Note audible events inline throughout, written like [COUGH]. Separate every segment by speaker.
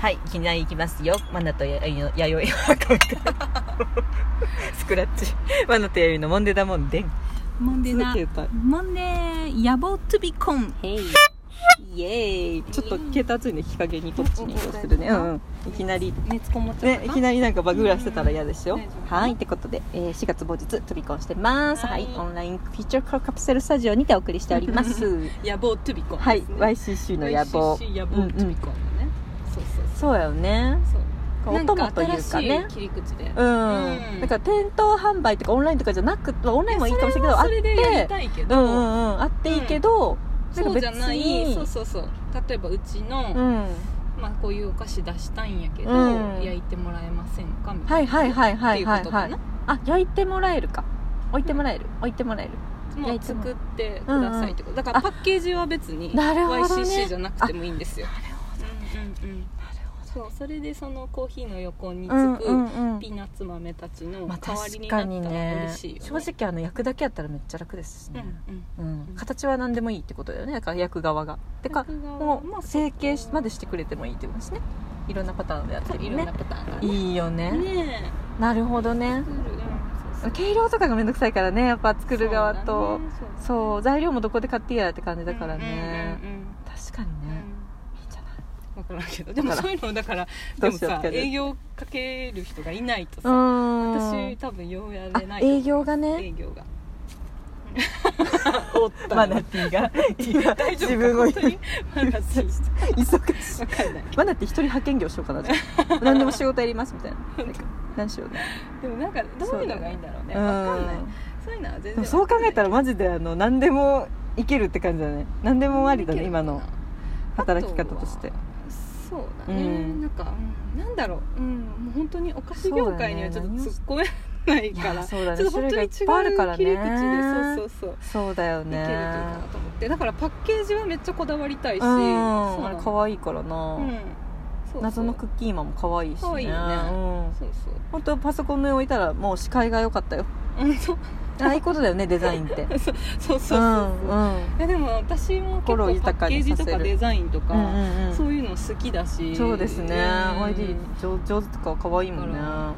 Speaker 1: はい、いきなりいきますよ。マナとややよいはかんスクラッチ。マナとやよいのモンデダモンデン。
Speaker 2: モンデ
Speaker 1: 続
Speaker 2: な
Speaker 1: けたい
Speaker 2: モンデー野望トゥビコン
Speaker 1: イエーイ。ちょっと携帯熱いね、日陰にこっちに移動するね。うんうん。いきなり。
Speaker 2: 熱こもっちゃった
Speaker 1: ね、いきなりなんかバグらしてたら嫌ですよ
Speaker 2: うん大丈。夫
Speaker 1: はい、ってことで、えー4月某日飛び込んしてます。は
Speaker 2: はい
Speaker 1: い、オンラインフィーチャーカプセルスタジオにてお送りしております。
Speaker 2: 野望トゥビコン
Speaker 1: はい、
Speaker 2: ですね
Speaker 1: YCC の野望。
Speaker 2: YCC 野望トゥビコンだねそうそう
Speaker 1: そうやよね。
Speaker 2: そう
Speaker 1: お
Speaker 2: なん
Speaker 1: 供というかね
Speaker 2: 新。しい切り口で
Speaker 1: う、
Speaker 2: うんん
Speaker 1: だから店頭販売とかオンラインとかじゃなくオンラインもいいかもしれないけどあ
Speaker 2: それでや
Speaker 1: っ
Speaker 2: り
Speaker 1: て
Speaker 2: たいけ
Speaker 1: うんう
Speaker 2: ど、
Speaker 1: んうんあっていいけど、な
Speaker 2: そ
Speaker 1: んか
Speaker 2: う
Speaker 1: 別
Speaker 2: じゃない
Speaker 1: に
Speaker 2: そうそうそう例えばうちの、
Speaker 1: うん
Speaker 2: まあ、こういうお菓子出したいんやけど、
Speaker 1: うん
Speaker 2: 焼いてもらえませんかみた
Speaker 1: はいいはいはい
Speaker 2: なっ
Speaker 1: は
Speaker 2: てい
Speaker 1: いうは
Speaker 2: こ
Speaker 1: い
Speaker 2: と
Speaker 1: は
Speaker 2: か
Speaker 1: い
Speaker 2: な
Speaker 1: あ焼いてもらえるか置いてもらえる置いてもらえる
Speaker 2: もう作ってくださいってことだか
Speaker 1: あ
Speaker 2: らパッケージは別に
Speaker 1: なるほどね
Speaker 2: YCC じゃなくてもいいんですようんうんうんそうそれでそのコーヒーの横につ
Speaker 1: うんう
Speaker 2: く
Speaker 1: んうん
Speaker 2: ピーナッツ豆たちの
Speaker 1: まあ
Speaker 2: 代わり
Speaker 1: 確
Speaker 2: に
Speaker 1: かに
Speaker 2: なったら嬉
Speaker 1: ね
Speaker 2: しいよ、ね
Speaker 1: 正直あの焼くだけやったらめっちゃ楽ですしね、
Speaker 2: うんうん
Speaker 1: うん
Speaker 2: うん
Speaker 1: 形は何でもいいってことだよねだから焼く側がてか
Speaker 2: 僕が
Speaker 1: も
Speaker 2: まあ
Speaker 1: う整形しまでしてくれてもいいってことですねいろんなパターンでやって
Speaker 2: い
Speaker 1: る
Speaker 2: ろん
Speaker 1: ね
Speaker 2: なパターンがね
Speaker 1: いいよね
Speaker 2: ね
Speaker 1: なるほどね
Speaker 2: え作るうんそうそう
Speaker 1: 計量とかがめんどくさいからねやっぱ作る側
Speaker 2: そうだ
Speaker 1: と
Speaker 2: ね
Speaker 1: そう,、
Speaker 2: う
Speaker 1: 材料もどこで買っていいやって感じだからね、
Speaker 2: うんうん
Speaker 1: 確かに
Speaker 2: うんうん
Speaker 1: ね、
Speaker 2: うん
Speaker 1: いいんじゃない
Speaker 2: 分からんけどでも
Speaker 1: だから
Speaker 2: そういうのだから
Speaker 1: ど
Speaker 2: で
Speaker 1: う
Speaker 2: も
Speaker 1: しようっ
Speaker 2: さ
Speaker 1: て
Speaker 2: 営業かける人がいないと
Speaker 1: う
Speaker 2: さ
Speaker 1: ー
Speaker 2: 私
Speaker 1: ん
Speaker 2: 多分ようやれな
Speaker 1: あ
Speaker 2: いと思う
Speaker 1: 営業が
Speaker 2: 営
Speaker 1: ね
Speaker 2: 業 [LAUGHS] が
Speaker 1: マナティーが今
Speaker 2: 大丈夫
Speaker 1: 自分を
Speaker 2: 本当に話 [LAUGHS] して
Speaker 1: 忙しい
Speaker 2: 分かんない
Speaker 1: マナティー一人派遣業しよう
Speaker 2: [LAUGHS]
Speaker 1: かなじゃあ何でも仕事やりますみたいな何しようね
Speaker 2: でもなんかどういうのがいいんだろうね
Speaker 1: う
Speaker 2: 分かんない
Speaker 1: ん
Speaker 2: そういうのは全
Speaker 1: でも
Speaker 2: 然
Speaker 1: そう考えた
Speaker 2: ら
Speaker 1: らマジであの何でもいけるって感じだね何でもありだね今の働き方として
Speaker 2: そうだね、
Speaker 1: うん
Speaker 2: なんか、うん、なんだろう、うん、もう本当にお菓子業界にはちょっと突っ込めないか
Speaker 1: い
Speaker 2: ら
Speaker 1: やそうだね
Speaker 2: ちょっと本当に違う
Speaker 1: 種類がいっぱいあるからね
Speaker 2: 切り口でそうそうそう
Speaker 1: そうだよ
Speaker 2: いけるというか
Speaker 1: ね
Speaker 2: なと思ってだからパッケージはめっちゃこだわりたいし
Speaker 1: うん
Speaker 2: そう
Speaker 1: あ
Speaker 2: な
Speaker 1: れ
Speaker 2: の
Speaker 1: 可愛いからな、
Speaker 2: うんそうそう
Speaker 1: 謎のクッキーマンも可愛いしね
Speaker 2: 可愛いよね
Speaker 1: うん
Speaker 2: そうそう
Speaker 1: 本当パソコンの上置いたらもう視界が良
Speaker 2: [LAUGHS]
Speaker 1: かったよ
Speaker 2: うんそう
Speaker 1: ああいうことだよねデザインってう
Speaker 2: [LAUGHS]
Speaker 1: ん
Speaker 2: そうそうそう
Speaker 1: う
Speaker 2: そうんいやでも私も結構
Speaker 1: 心
Speaker 2: パ
Speaker 1: を豊
Speaker 2: ッ
Speaker 1: か
Speaker 2: ケ
Speaker 1: に
Speaker 2: ー
Speaker 1: させる
Speaker 2: ジとかデザインと
Speaker 1: う
Speaker 2: か、
Speaker 1: んうんうん
Speaker 2: そういうの好きだし
Speaker 1: そうですね
Speaker 2: うん
Speaker 1: YD 上上手とか可愛いもんね
Speaker 2: だか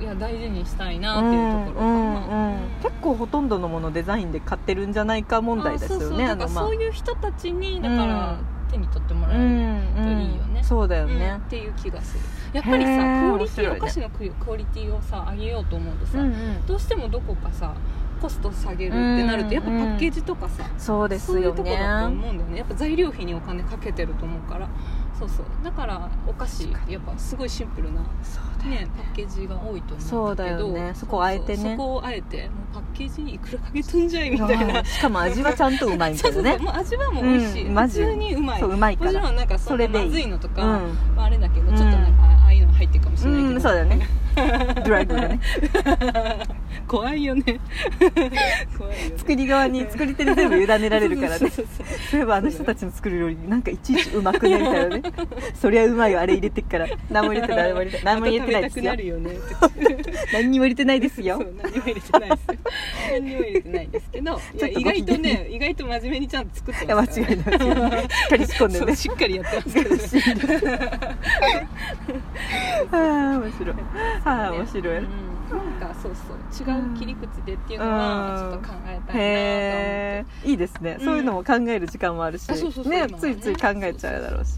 Speaker 2: いや大事にしたいうなってい
Speaker 1: ん
Speaker 2: うところ
Speaker 1: う
Speaker 2: かな、
Speaker 1: んうん
Speaker 2: うん
Speaker 1: 結構ほとんどのものデザインで買ってるんじゃないか問題です
Speaker 2: あそ
Speaker 1: よ
Speaker 2: うそう
Speaker 1: ね
Speaker 2: だ
Speaker 1: あ
Speaker 2: から
Speaker 1: のまあ
Speaker 2: そういう人たちにだから手に取ってもら
Speaker 1: う
Speaker 2: える、
Speaker 1: ん
Speaker 2: といいよね
Speaker 1: そうだよ
Speaker 2: うん
Speaker 1: ね
Speaker 2: っていう気がするやっぱりさ
Speaker 1: へー
Speaker 2: クオリティ、
Speaker 1: 面白いね
Speaker 2: お菓子のククオリティをさ上げようと思うとさ、
Speaker 1: うん
Speaker 2: どうしてもどこかさコスト下げるってなるとやっぱパッケージとかさ、
Speaker 1: そうです
Speaker 2: そういう
Speaker 1: よ
Speaker 2: とこだと
Speaker 1: ね
Speaker 2: 思うんだよねやっぱ材料費にお金かけてると思うからそうそうだからお菓子やっぱすごいシンプルな、
Speaker 1: そうだよ
Speaker 2: ね、パッケージが多いと思うんだけど
Speaker 1: そうだよねそこをあえ
Speaker 2: そう
Speaker 1: てね
Speaker 2: そうそこをあえてもうパッケージにいくらかけとんじゃいみ
Speaker 1: [LAUGHS]
Speaker 2: たい
Speaker 1: は
Speaker 2: ない
Speaker 1: しかも味はちゃんとうまいんだ
Speaker 2: そうそ
Speaker 1: よ
Speaker 2: うそ
Speaker 1: ね
Speaker 2: うもう味はもう美味しい、
Speaker 1: うんマ
Speaker 2: 普
Speaker 1: ジ
Speaker 2: 通にうまい
Speaker 1: そううまいから
Speaker 2: もちろんなんかそ
Speaker 1: そ
Speaker 2: ん
Speaker 1: れ
Speaker 2: な
Speaker 1: でいい
Speaker 2: まずいのと
Speaker 1: う
Speaker 2: か、
Speaker 1: ん
Speaker 2: まあ、あれだけど
Speaker 1: うん
Speaker 2: ちょっとなんかああいうの入ってるかもしれないけど、
Speaker 1: うん、そうだよねドライブがね
Speaker 2: [LAUGHS] 怖いよね [LAUGHS] 怖いよね
Speaker 1: 作り側に作り手に全部委ねられるから
Speaker 2: そう
Speaker 1: ね
Speaker 2: そうそう
Speaker 1: そういえばあの人たちの作る料理なんかいちいちうまくねみたいなねそりゃうまいよあれ入れてっから何も入れてない何も入れてない何
Speaker 2: また食べた
Speaker 1: も入れてないですよ
Speaker 2: くなるよね
Speaker 1: 何にも入れてないです
Speaker 2: そ
Speaker 1: よ
Speaker 2: う何も入れてないですよ何にも入れてないですけどい
Speaker 1: [LAUGHS] ち
Speaker 2: や
Speaker 1: ょっと
Speaker 2: 意
Speaker 1: ご機嫌
Speaker 2: 外とね意外と真面目にちゃんと作っ
Speaker 1: い
Speaker 2: て
Speaker 1: や
Speaker 2: ま
Speaker 1: 間
Speaker 2: すから
Speaker 1: 違いない間違いないしっかり仕込んで
Speaker 2: そう
Speaker 1: ね
Speaker 2: しっかりやってますからね
Speaker 1: ああ面白い [LAUGHS] ああ面白
Speaker 2: う
Speaker 1: い
Speaker 2: んなんかそうそう違う切り口でっていうのはちょっと考えたいなと思っ
Speaker 1: へ
Speaker 2: て
Speaker 1: えいいですね、
Speaker 2: うん
Speaker 1: そういうのも考える時間もあるし
Speaker 2: あそうそうそう
Speaker 1: ね
Speaker 2: 今は
Speaker 1: つ
Speaker 2: ね
Speaker 1: いつい考えちゃうだろうし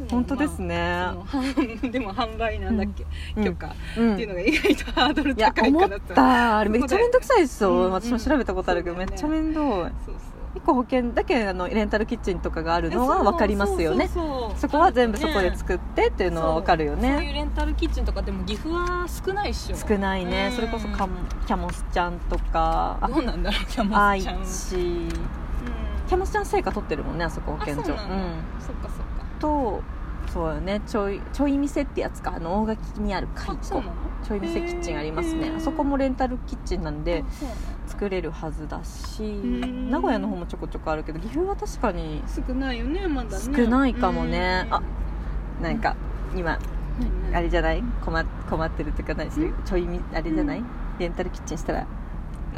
Speaker 2: うん
Speaker 1: 本当ですね、
Speaker 2: まあその [LAUGHS] 販でも販売なんだっけ、
Speaker 1: うん
Speaker 2: 許可っ
Speaker 1: うん
Speaker 2: ていうのが意外とハードル
Speaker 1: いや
Speaker 2: 高い
Speaker 1: 思
Speaker 2: か
Speaker 1: っ
Speaker 2: らと
Speaker 1: たあれめっちゃ面倒くさいですよ、
Speaker 2: うんうん
Speaker 1: 私も調べたことあるけど、
Speaker 2: そうだよ
Speaker 1: め
Speaker 2: ね
Speaker 1: っちゃ面倒い
Speaker 2: そう
Speaker 1: 一個保険だけあのレンタルキッチンとかがある
Speaker 2: そう
Speaker 1: のは分かりますよね
Speaker 2: そうそうそう
Speaker 1: そこは全部そこで
Speaker 2: っ
Speaker 1: 作ってっていうのは分かるよ
Speaker 2: そういう
Speaker 1: ね
Speaker 2: レンタルキッチンとかでも岐阜は少ないっしょ
Speaker 1: 少ないね、
Speaker 2: うん
Speaker 1: それこそカモキャモスちゃんとか
Speaker 2: どうなんだろうキャ
Speaker 1: あ
Speaker 2: モ
Speaker 1: 愛
Speaker 2: スち
Speaker 1: 知
Speaker 2: ゃんはうん
Speaker 1: キャモスちゃん成果取ってるもんねあそこ保健所
Speaker 2: あそうなんだそっかそっか
Speaker 1: とそうよねちょいちょい店ってやつかあの大垣にあるか
Speaker 2: あそうなの
Speaker 1: ちょい店キッチンありますね
Speaker 2: へー
Speaker 1: あそこもレンタルキッチンなんで
Speaker 2: あそうなの
Speaker 1: 作れるはずだし
Speaker 2: ん
Speaker 1: 名古屋の方もちょこちょこあるけど岐阜は確かに
Speaker 2: 少ないよねまだね
Speaker 1: 少ないかもね
Speaker 2: うん
Speaker 1: あなんか今
Speaker 2: 何何
Speaker 1: あれじゃない困困ってるとかないし
Speaker 2: ん
Speaker 1: ちょいみあれじゃないレンタルキッチンしたら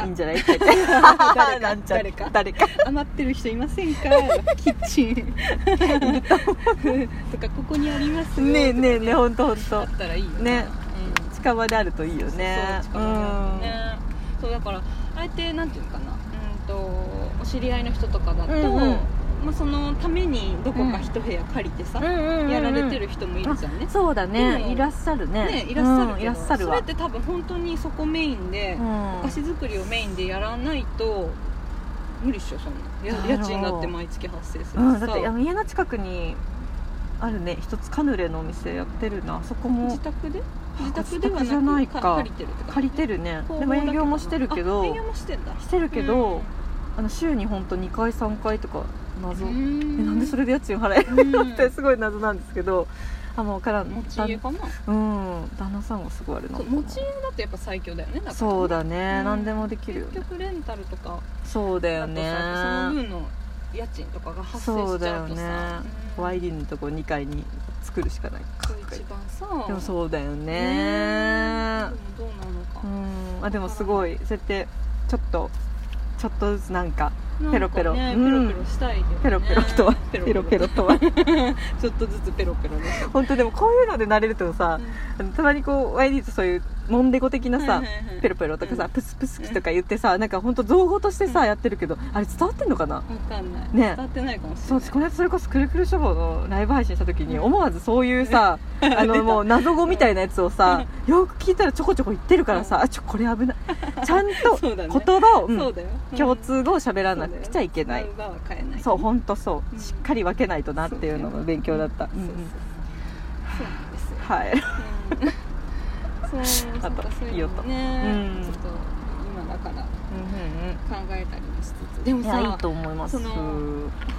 Speaker 1: いいんじゃないっ
Speaker 2: [LAUGHS]
Speaker 1: て
Speaker 2: 誰
Speaker 1: な
Speaker 2: か
Speaker 1: んちゃ
Speaker 2: 誰か
Speaker 1: 誰か
Speaker 2: 余ってる人いませんかキッチ
Speaker 1: [LAUGHS]
Speaker 2: ンとかここにありますよ
Speaker 1: ねえねえねえほんとほん
Speaker 2: あ
Speaker 1: と
Speaker 2: ったらいいよな
Speaker 1: ね
Speaker 2: うん
Speaker 1: 近場であるといいよね
Speaker 2: そうそう力があるねそうだからあえてなんていうのかなうんとお知り合いの人とかだと、
Speaker 1: うんうん
Speaker 2: まあ、そのためにどこか一部屋借りてさ、
Speaker 1: うん
Speaker 2: やられて
Speaker 1: る
Speaker 2: る人もいるじゃんね,、
Speaker 1: そうだ
Speaker 2: で
Speaker 1: ね
Speaker 2: も
Speaker 1: いらっしゃるね
Speaker 2: ねいらっしゃるけど、
Speaker 1: うんいらっしゃる
Speaker 2: それ
Speaker 1: わ
Speaker 2: って多分本当にそこメインで、
Speaker 1: うん
Speaker 2: お菓子作りをメインでやらないと無理っしょそんな
Speaker 1: だろう
Speaker 2: や家賃だって毎月発生するしさ、
Speaker 1: うんだってあの家の近くにあるね一つカヌレのお店やってるなそこも
Speaker 2: 自宅で
Speaker 1: あ
Speaker 2: 自宅では
Speaker 1: 自宅じゃな
Speaker 2: ないい
Speaker 1: か
Speaker 2: 借りてるって
Speaker 1: 借りて
Speaker 2: る
Speaker 1: るねでも営業もしてるけど
Speaker 2: 営業もしてんだ
Speaker 1: してるけど、
Speaker 2: うん
Speaker 1: あの週に本当2回3回とか謎、え
Speaker 2: な
Speaker 1: なんでそれで家賃払える
Speaker 2: うん
Speaker 1: のってすごい謎なんですけどあもうからん
Speaker 2: 持ち家かな
Speaker 1: うん旦那さんがすごいあれな
Speaker 2: そ
Speaker 1: の
Speaker 2: う持ち家だとやっぱ最強だよねだから
Speaker 1: そうだね、
Speaker 2: うん
Speaker 1: 何でもできるよね
Speaker 2: 結局レンタルとか
Speaker 1: そうだ
Speaker 2: だ
Speaker 1: よ
Speaker 2: とさ、
Speaker 1: ね
Speaker 2: その分の家賃とかが発生
Speaker 1: そう
Speaker 2: しち
Speaker 1: だ
Speaker 2: ゃ
Speaker 1: よ
Speaker 2: うとさ
Speaker 1: ね
Speaker 2: うん
Speaker 1: YD のとこ2階に作るしかないか
Speaker 2: そう一番さ
Speaker 1: でも
Speaker 2: う
Speaker 1: そうだよね
Speaker 2: ねでもどうなのか
Speaker 1: う、んあでもすごいそうやってちょっとちょっとずつなんか
Speaker 2: なんかね
Speaker 1: ペロペロ
Speaker 2: ペロペロしたいけど、ね
Speaker 1: ペロペロとは、
Speaker 2: ペロ
Speaker 1: ペ
Speaker 2: ペ
Speaker 1: ロ
Speaker 2: ロ
Speaker 1: ペロとは
Speaker 2: ちょっとずつペロペロでさ
Speaker 1: 本当でもこういうので慣れるとさ、あのたまにこう YD とそういうもんでこ的なさ、ペロペロとかさ、
Speaker 2: うん
Speaker 1: プスプスキとか言ってさなんか本当造語としてさ、
Speaker 2: うん
Speaker 1: やってるけどあれ伝わってんのかな、
Speaker 2: 分かんない
Speaker 1: ね
Speaker 2: 伝わってないかもしれ
Speaker 1: そう
Speaker 2: ない
Speaker 1: 私この間それこそくるくる処方のライブ配信した時に
Speaker 2: うん
Speaker 1: 思わずそういうさ、あのも
Speaker 2: [LAUGHS]
Speaker 1: う謎語みたいなやつをさ、よく聞いたらちょこちょこ言ってるからさ、あちょこれ危ない
Speaker 2: [LAUGHS]
Speaker 1: ちゃんと
Speaker 2: そうだ
Speaker 1: 言
Speaker 2: ね
Speaker 1: 葉を、うん
Speaker 2: そうだよ
Speaker 1: 共通語を喋らなくちゃいけない、
Speaker 2: そうだよ言葉は変えない
Speaker 1: そう本当そう、
Speaker 2: うん
Speaker 1: しっかり分けないとなっていうのが勉強だった、
Speaker 2: そうそうそう
Speaker 1: うんうん
Speaker 2: そうなんですよ
Speaker 1: はい
Speaker 2: うんそうそう
Speaker 1: あと
Speaker 2: かそう
Speaker 1: いい
Speaker 2: いう
Speaker 1: 音
Speaker 2: のね
Speaker 1: うん
Speaker 2: ちょっと今だから考えたりもしつつで
Speaker 1: うん
Speaker 2: も
Speaker 1: いやいい
Speaker 2: さ
Speaker 1: と思います
Speaker 2: その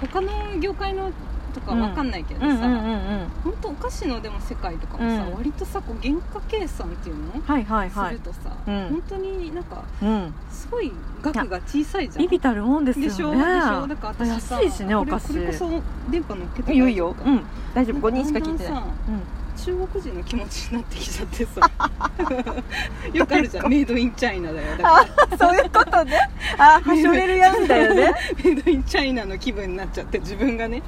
Speaker 2: 他の業界のとかわかんないけど
Speaker 1: うんうんうん
Speaker 2: さ
Speaker 1: うん
Speaker 2: 本当お菓子のでも世界とかもさ
Speaker 1: うん
Speaker 2: 割とさこう原価計算っていうの
Speaker 1: はいはいは
Speaker 2: する
Speaker 1: い
Speaker 2: とさ
Speaker 1: うん
Speaker 2: 本当になんか
Speaker 1: うん
Speaker 2: すごい額が小さいじゃん
Speaker 1: ビビたるもんですよね
Speaker 2: でしょでしょだから私さ
Speaker 1: 安いしねお菓子
Speaker 2: これこれこそ電波乗っけて
Speaker 1: いいよいいよ、う
Speaker 2: なんか
Speaker 1: ん、大丈夫5人しか聞いて
Speaker 2: だん
Speaker 1: な
Speaker 2: だ
Speaker 1: い
Speaker 2: んさ
Speaker 1: うん
Speaker 2: 中国人の気持ちになってきちゃってさ [LAUGHS] よくあるじゃんメイドインチャイナだよだから
Speaker 1: [LAUGHS] あそういうことねあはしょれるやんだよ [LAUGHS] ね
Speaker 2: メイドインチャイナの気分になっちゃって自分がね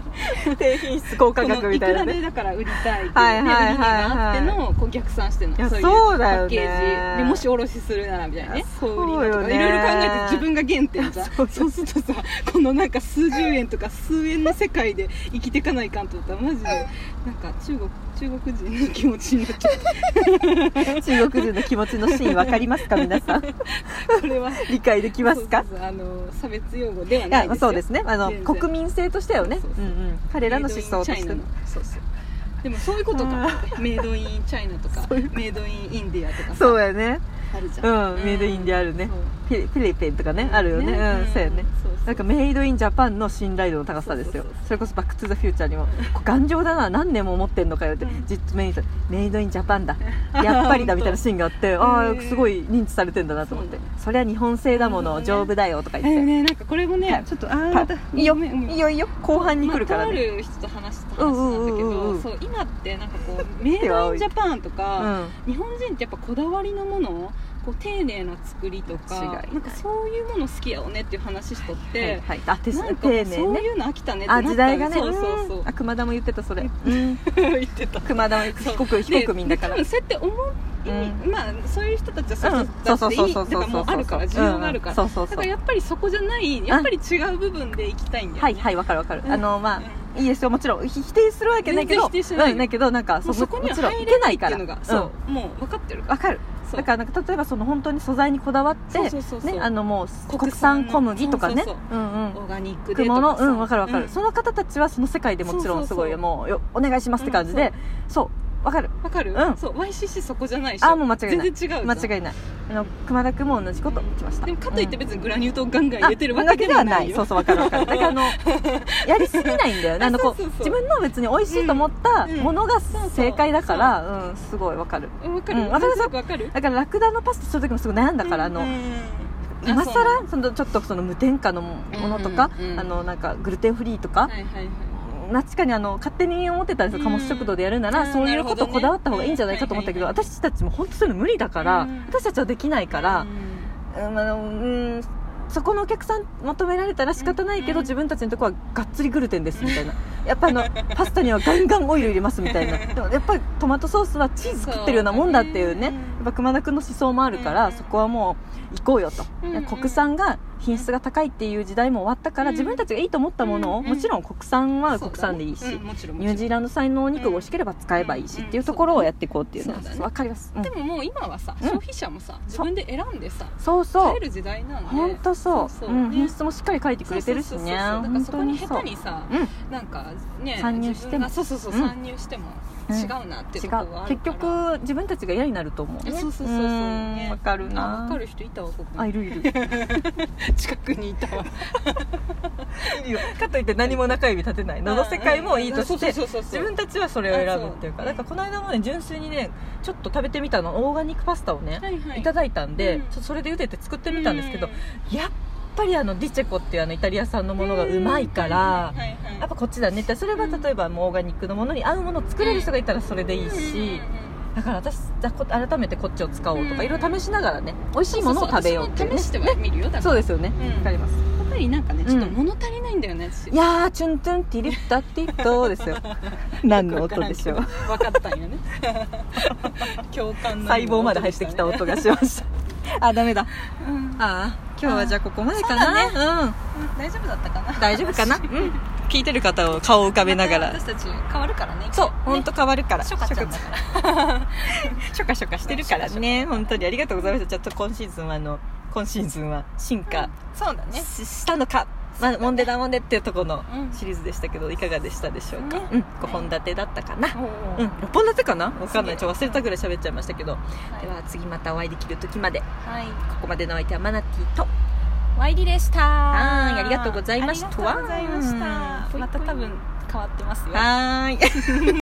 Speaker 1: [LAUGHS] 低品質高価
Speaker 2: こ
Speaker 1: 格
Speaker 2: の
Speaker 1: み
Speaker 2: い
Speaker 1: た
Speaker 2: く
Speaker 1: いな
Speaker 2: ら
Speaker 1: ね
Speaker 2: でだから売りたいって
Speaker 1: はいはいはいはい
Speaker 2: いうね売り値があってのをこう逆算してんの
Speaker 1: いや
Speaker 2: そういう
Speaker 1: そうだよね
Speaker 2: パッケージでもし卸しするならみたいなね小売りのと
Speaker 1: そうよ
Speaker 2: か
Speaker 1: ね
Speaker 2: いろいろ考えて自分が原点じゃん
Speaker 1: そうよ
Speaker 2: そうするとさこのなんか数十円とか数円の世界で生きていかないかんと思ったらマジでなんか中国中国人の気持ちになっちゃって
Speaker 1: 中国人の気持ちのシーン分かりますか皆さん
Speaker 2: これは。
Speaker 1: 理解できますか
Speaker 2: そうそうそうあの差別用語ではいな
Speaker 1: や
Speaker 2: いですよ
Speaker 1: そうですねあの
Speaker 2: 全然
Speaker 1: 国民性としてはね
Speaker 2: そうそううんそう
Speaker 1: うん、彼らの思想として
Speaker 2: メイドインチャイナ
Speaker 1: ね
Speaker 2: のそうそうでもそういうこと
Speaker 1: あ [LAUGHS]
Speaker 2: かメイドインチャイナとか
Speaker 1: そういう
Speaker 2: メイドインインディアとかさ
Speaker 1: そうやね
Speaker 2: あるじ
Speaker 1: う
Speaker 2: ゃ
Speaker 1: ん、
Speaker 2: ん、
Speaker 1: メイドインであるねフィリフィリピンと
Speaker 2: そ
Speaker 1: か
Speaker 2: う
Speaker 1: ねあるよねうんそうやね
Speaker 2: そうそう
Speaker 1: なんかメイドインジャパンの信頼度の高さです
Speaker 2: そ
Speaker 1: よ
Speaker 2: うそうそう
Speaker 1: それこそ「バック・トゥ・ザ・フューチャー」にも「こう頑丈だ
Speaker 2: [LAUGHS]
Speaker 1: な何年も持ってんのかよ」って
Speaker 2: うん
Speaker 1: 実名に言ったらメイドインジャパンだやっぱりだ」
Speaker 2: [LAUGHS]
Speaker 1: みたいなシーンがあってあ
Speaker 2: 本
Speaker 1: あ
Speaker 2: 当
Speaker 1: すごい認知されてんだなと思って
Speaker 2: そうな
Speaker 1: 「そりゃ日本製だもの
Speaker 2: なるほどね
Speaker 1: 丈夫だよ」とか
Speaker 2: あ
Speaker 1: 言
Speaker 2: れ
Speaker 1: って
Speaker 2: ねなんかこれもね、
Speaker 1: はい
Speaker 2: ちょっとあー
Speaker 1: パ
Speaker 2: また
Speaker 1: いいよ
Speaker 2: ごめんごめん
Speaker 1: いいよいいよ後半に来るか
Speaker 2: ま
Speaker 1: ら
Speaker 2: あ
Speaker 1: ね
Speaker 2: とある人と話した話なんだけ
Speaker 1: うんうんうんう
Speaker 2: ど
Speaker 1: ん
Speaker 2: そう今ってなんかこうメイドインジャパンと
Speaker 1: [LAUGHS] う
Speaker 2: か、
Speaker 1: ん
Speaker 2: 日本人ってやっぱこだわりのものこう丁寧な作りと
Speaker 1: 違いな
Speaker 2: か
Speaker 1: い
Speaker 2: なんかそういうもの好きやよねっていう話しとって、
Speaker 1: はいはいあ手
Speaker 2: なん
Speaker 1: 順
Speaker 2: かもう
Speaker 1: 丁
Speaker 2: そ
Speaker 1: 寧
Speaker 2: う
Speaker 1: ね
Speaker 2: いうの飽きたねってな
Speaker 1: あ
Speaker 2: った
Speaker 1: 時代がね
Speaker 2: そうそうそううん
Speaker 1: あ熊田も言ってたそれ
Speaker 2: [LAUGHS] 言ってた
Speaker 1: 熊田も非国非国民だから
Speaker 2: でで多分そうやって思う意味、まあそういう人たちはそうそうそうそうだからもうあるから需要があるから、
Speaker 1: そうそう
Speaker 2: だ
Speaker 1: そう
Speaker 2: からやっぱりそこじゃないやっぱり違う部分で行きたいんだよ
Speaker 1: はい
Speaker 2: ね、
Speaker 1: はいわかるわかる、
Speaker 2: うん
Speaker 1: あのまあいいですよもちろんひ否定するわけないけど
Speaker 2: 全然否定しない
Speaker 1: うん、ないけどなんか
Speaker 2: もうそこには
Speaker 1: もちろん
Speaker 2: 入
Speaker 1: け
Speaker 2: れ
Speaker 1: な
Speaker 2: ないいって
Speaker 1: か
Speaker 2: い
Speaker 1: ら
Speaker 2: うのがそうもう分かってる
Speaker 1: ん
Speaker 2: か
Speaker 1: わ
Speaker 2: ら
Speaker 1: かる
Speaker 2: そう
Speaker 1: だからなんか例えばその本当に素材にこだわって
Speaker 2: そうそうそうそう
Speaker 1: ね、あのもう国
Speaker 2: 国産
Speaker 1: 産
Speaker 2: の
Speaker 1: 小麦とかね
Speaker 2: そうそう
Speaker 1: うんうん
Speaker 2: オーガニックでと
Speaker 1: 雲
Speaker 2: か
Speaker 1: の
Speaker 2: さ
Speaker 1: うんわかるわかる、
Speaker 2: うん
Speaker 1: その方たちはその世界でもちろんすご
Speaker 2: そうそ
Speaker 1: い
Speaker 2: うそう
Speaker 1: もうよお願いしますって感じで、そうわかる
Speaker 2: わかる、
Speaker 1: うん
Speaker 2: そう YCC そこじゃないでしょ
Speaker 1: あもう間違いない
Speaker 2: 全然違う
Speaker 1: 間
Speaker 2: い
Speaker 1: 違いないあの熊田君も同じこと言ってました
Speaker 2: でもかといって
Speaker 1: うん
Speaker 2: 別にグラニュー糖ガンガン入れてるわけではないよ、
Speaker 1: そうそうわかるわかるだから
Speaker 2: [LAUGHS]
Speaker 1: あのやりすぎないんだよねあのこう
Speaker 2: そうそうそう
Speaker 1: 自分の別に美味しいと思った
Speaker 2: うんうん
Speaker 1: ものが
Speaker 2: そうそう
Speaker 1: 正解だからうんすごいわかる
Speaker 2: 分かる、
Speaker 1: うんわかる
Speaker 2: すごくわかる
Speaker 1: だからラクダのパスタする時もすごい悩んだからあの今更そのちょっとその無添加のものとか
Speaker 2: うんうんうん
Speaker 1: あのなんかグルテンフリーとか
Speaker 2: はいはいはい
Speaker 1: 確かにあの勝手に思ってたんですよ
Speaker 2: うん
Speaker 1: 鴨食堂でやるな
Speaker 2: う
Speaker 1: ら
Speaker 2: ん
Speaker 1: そういうこ
Speaker 2: なるほど
Speaker 1: と
Speaker 2: ね
Speaker 1: こだわった方がいいんじゃないかと思ったけ
Speaker 2: うん
Speaker 1: ど
Speaker 2: はいは
Speaker 1: 私たちも本当そういうの無理だから
Speaker 2: うん
Speaker 1: 私たちはできないから
Speaker 2: うん
Speaker 1: うんあのうんそこのお客さん求められたら仕方ないけ
Speaker 2: うんう
Speaker 1: ど
Speaker 2: ん
Speaker 1: 自分たちのとこはがっつりグルテンですみたいなやっぱあの [LAUGHS] パスタにはガンガンオイル入れますみたいなでもやっぱりトマトソースはチーズ食ってるようなもんだっていう
Speaker 2: そう
Speaker 1: ねやっぱ熊田君の思想もあるか
Speaker 2: う
Speaker 1: ら
Speaker 2: ん
Speaker 1: そこはもう行こうよと
Speaker 2: うんうん
Speaker 1: 国産が品質が高いっていう時代も終わったから
Speaker 2: うん
Speaker 1: 自分たちがいいと思ったものを
Speaker 2: うん
Speaker 1: もちろん国産は国産でいい
Speaker 2: そうだ
Speaker 1: し
Speaker 2: ねうんもちろんもち
Speaker 1: ニュ
Speaker 2: ろ
Speaker 1: ー
Speaker 2: ん
Speaker 1: ジーランド産のお肉が美味しければ使えばいいしっていうところをやっていこうっていうの
Speaker 2: うんそうだね
Speaker 1: わかります、うん
Speaker 2: でももう今はさ、
Speaker 1: うん
Speaker 2: 消費者もさ自分で選んでさ
Speaker 1: そうそう
Speaker 2: 買える時代なんで
Speaker 1: 本当そう、
Speaker 2: そううそうんね
Speaker 1: 品質もしっかり書いてくれてるし
Speaker 2: そうそうそうそう
Speaker 1: ね
Speaker 2: だから
Speaker 1: 本
Speaker 2: そこ
Speaker 1: 当
Speaker 2: に
Speaker 1: に
Speaker 2: 下
Speaker 1: そう
Speaker 2: 手にさ、なんかね
Speaker 1: 参入しても
Speaker 2: 自分がそうそうそう、
Speaker 1: うん
Speaker 2: 参入しても違うなって
Speaker 1: 違
Speaker 2: とこは
Speaker 1: う
Speaker 2: ある
Speaker 1: 結
Speaker 2: から
Speaker 1: 局自分たちが嫌になると思うね
Speaker 2: えそうそうそうそう
Speaker 1: ーん
Speaker 2: ね
Speaker 1: わかるな
Speaker 2: あ分かる人 [LAUGHS] いたわここ
Speaker 1: あいるいる
Speaker 2: 近くにいた
Speaker 1: [LAUGHS]
Speaker 2: わ
Speaker 1: かといって何も中指立てないのど世界もいいとして
Speaker 2: そうそうそう
Speaker 1: 自
Speaker 2: そう
Speaker 1: 分たちはそれを選ぶっていうか
Speaker 2: あそう
Speaker 1: だからこの間もね純粋にねちょっと食べてみたのオーガニックパスタをね、
Speaker 2: はいはい
Speaker 1: ただいたんで、
Speaker 2: うん
Speaker 1: ちょっとそれで茹でて作ってみたんですけど、やっぱりあのディチェコっていうあのイタリア産のものがうまいから、
Speaker 2: うんはいはい
Speaker 1: やっぱこっちだねってそれは
Speaker 2: うん
Speaker 1: 例えばもうオーガニックのものに合うものを作れる人がいたらそれでいいし、だから私じゃあこ改めてこっちを使おうと
Speaker 2: うん
Speaker 1: かいろいろ試しながらね美味しいものを食べようっていうね
Speaker 2: 試してはみるよだから
Speaker 1: そうですよね
Speaker 2: うん
Speaker 1: わかります
Speaker 2: やっぱりなんかねちょっと
Speaker 1: うん
Speaker 2: 物足りないんだよね私
Speaker 1: いやーチュントゥンティリッタティッ [LAUGHS] トですよ何の音でしょう
Speaker 2: 分かったんよね共感の
Speaker 1: 細胞まで入ってきた音がしました [LAUGHS] あダメだ
Speaker 2: うん
Speaker 1: ああ今日はじゃあここまでか
Speaker 2: あそ
Speaker 1: な
Speaker 2: う
Speaker 1: うん
Speaker 2: 大丈夫だったかな
Speaker 1: 大丈夫かなうん聞いてる方を顔を浮かべながら
Speaker 2: また私たち変わるからね
Speaker 1: そう本当変わるから
Speaker 2: 初夏ちゃんだから
Speaker 1: ショカショカしてるからね本当にありがとうございましたちょっと今シーズンはあの今シーズンは進化、
Speaker 2: そうだね
Speaker 1: ししたのか、まあ、もんでだもんでっていうとこの
Speaker 2: うん
Speaker 1: シリーズでしたけどいかがでしたでしょうか、
Speaker 2: ね
Speaker 1: うん、5本立てだったかな、うん、
Speaker 2: は
Speaker 1: 6本立てかな分かんないちょっと忘れたぐらい喋っちゃいましたけど、では次またお会いできる時までこ
Speaker 2: はい
Speaker 1: こまでのお相手はマナティーと
Speaker 2: ワイリでした
Speaker 1: はーいありがとうございました
Speaker 2: ありがとうございました
Speaker 1: うん
Speaker 2: また多分変わってますよ
Speaker 1: はーい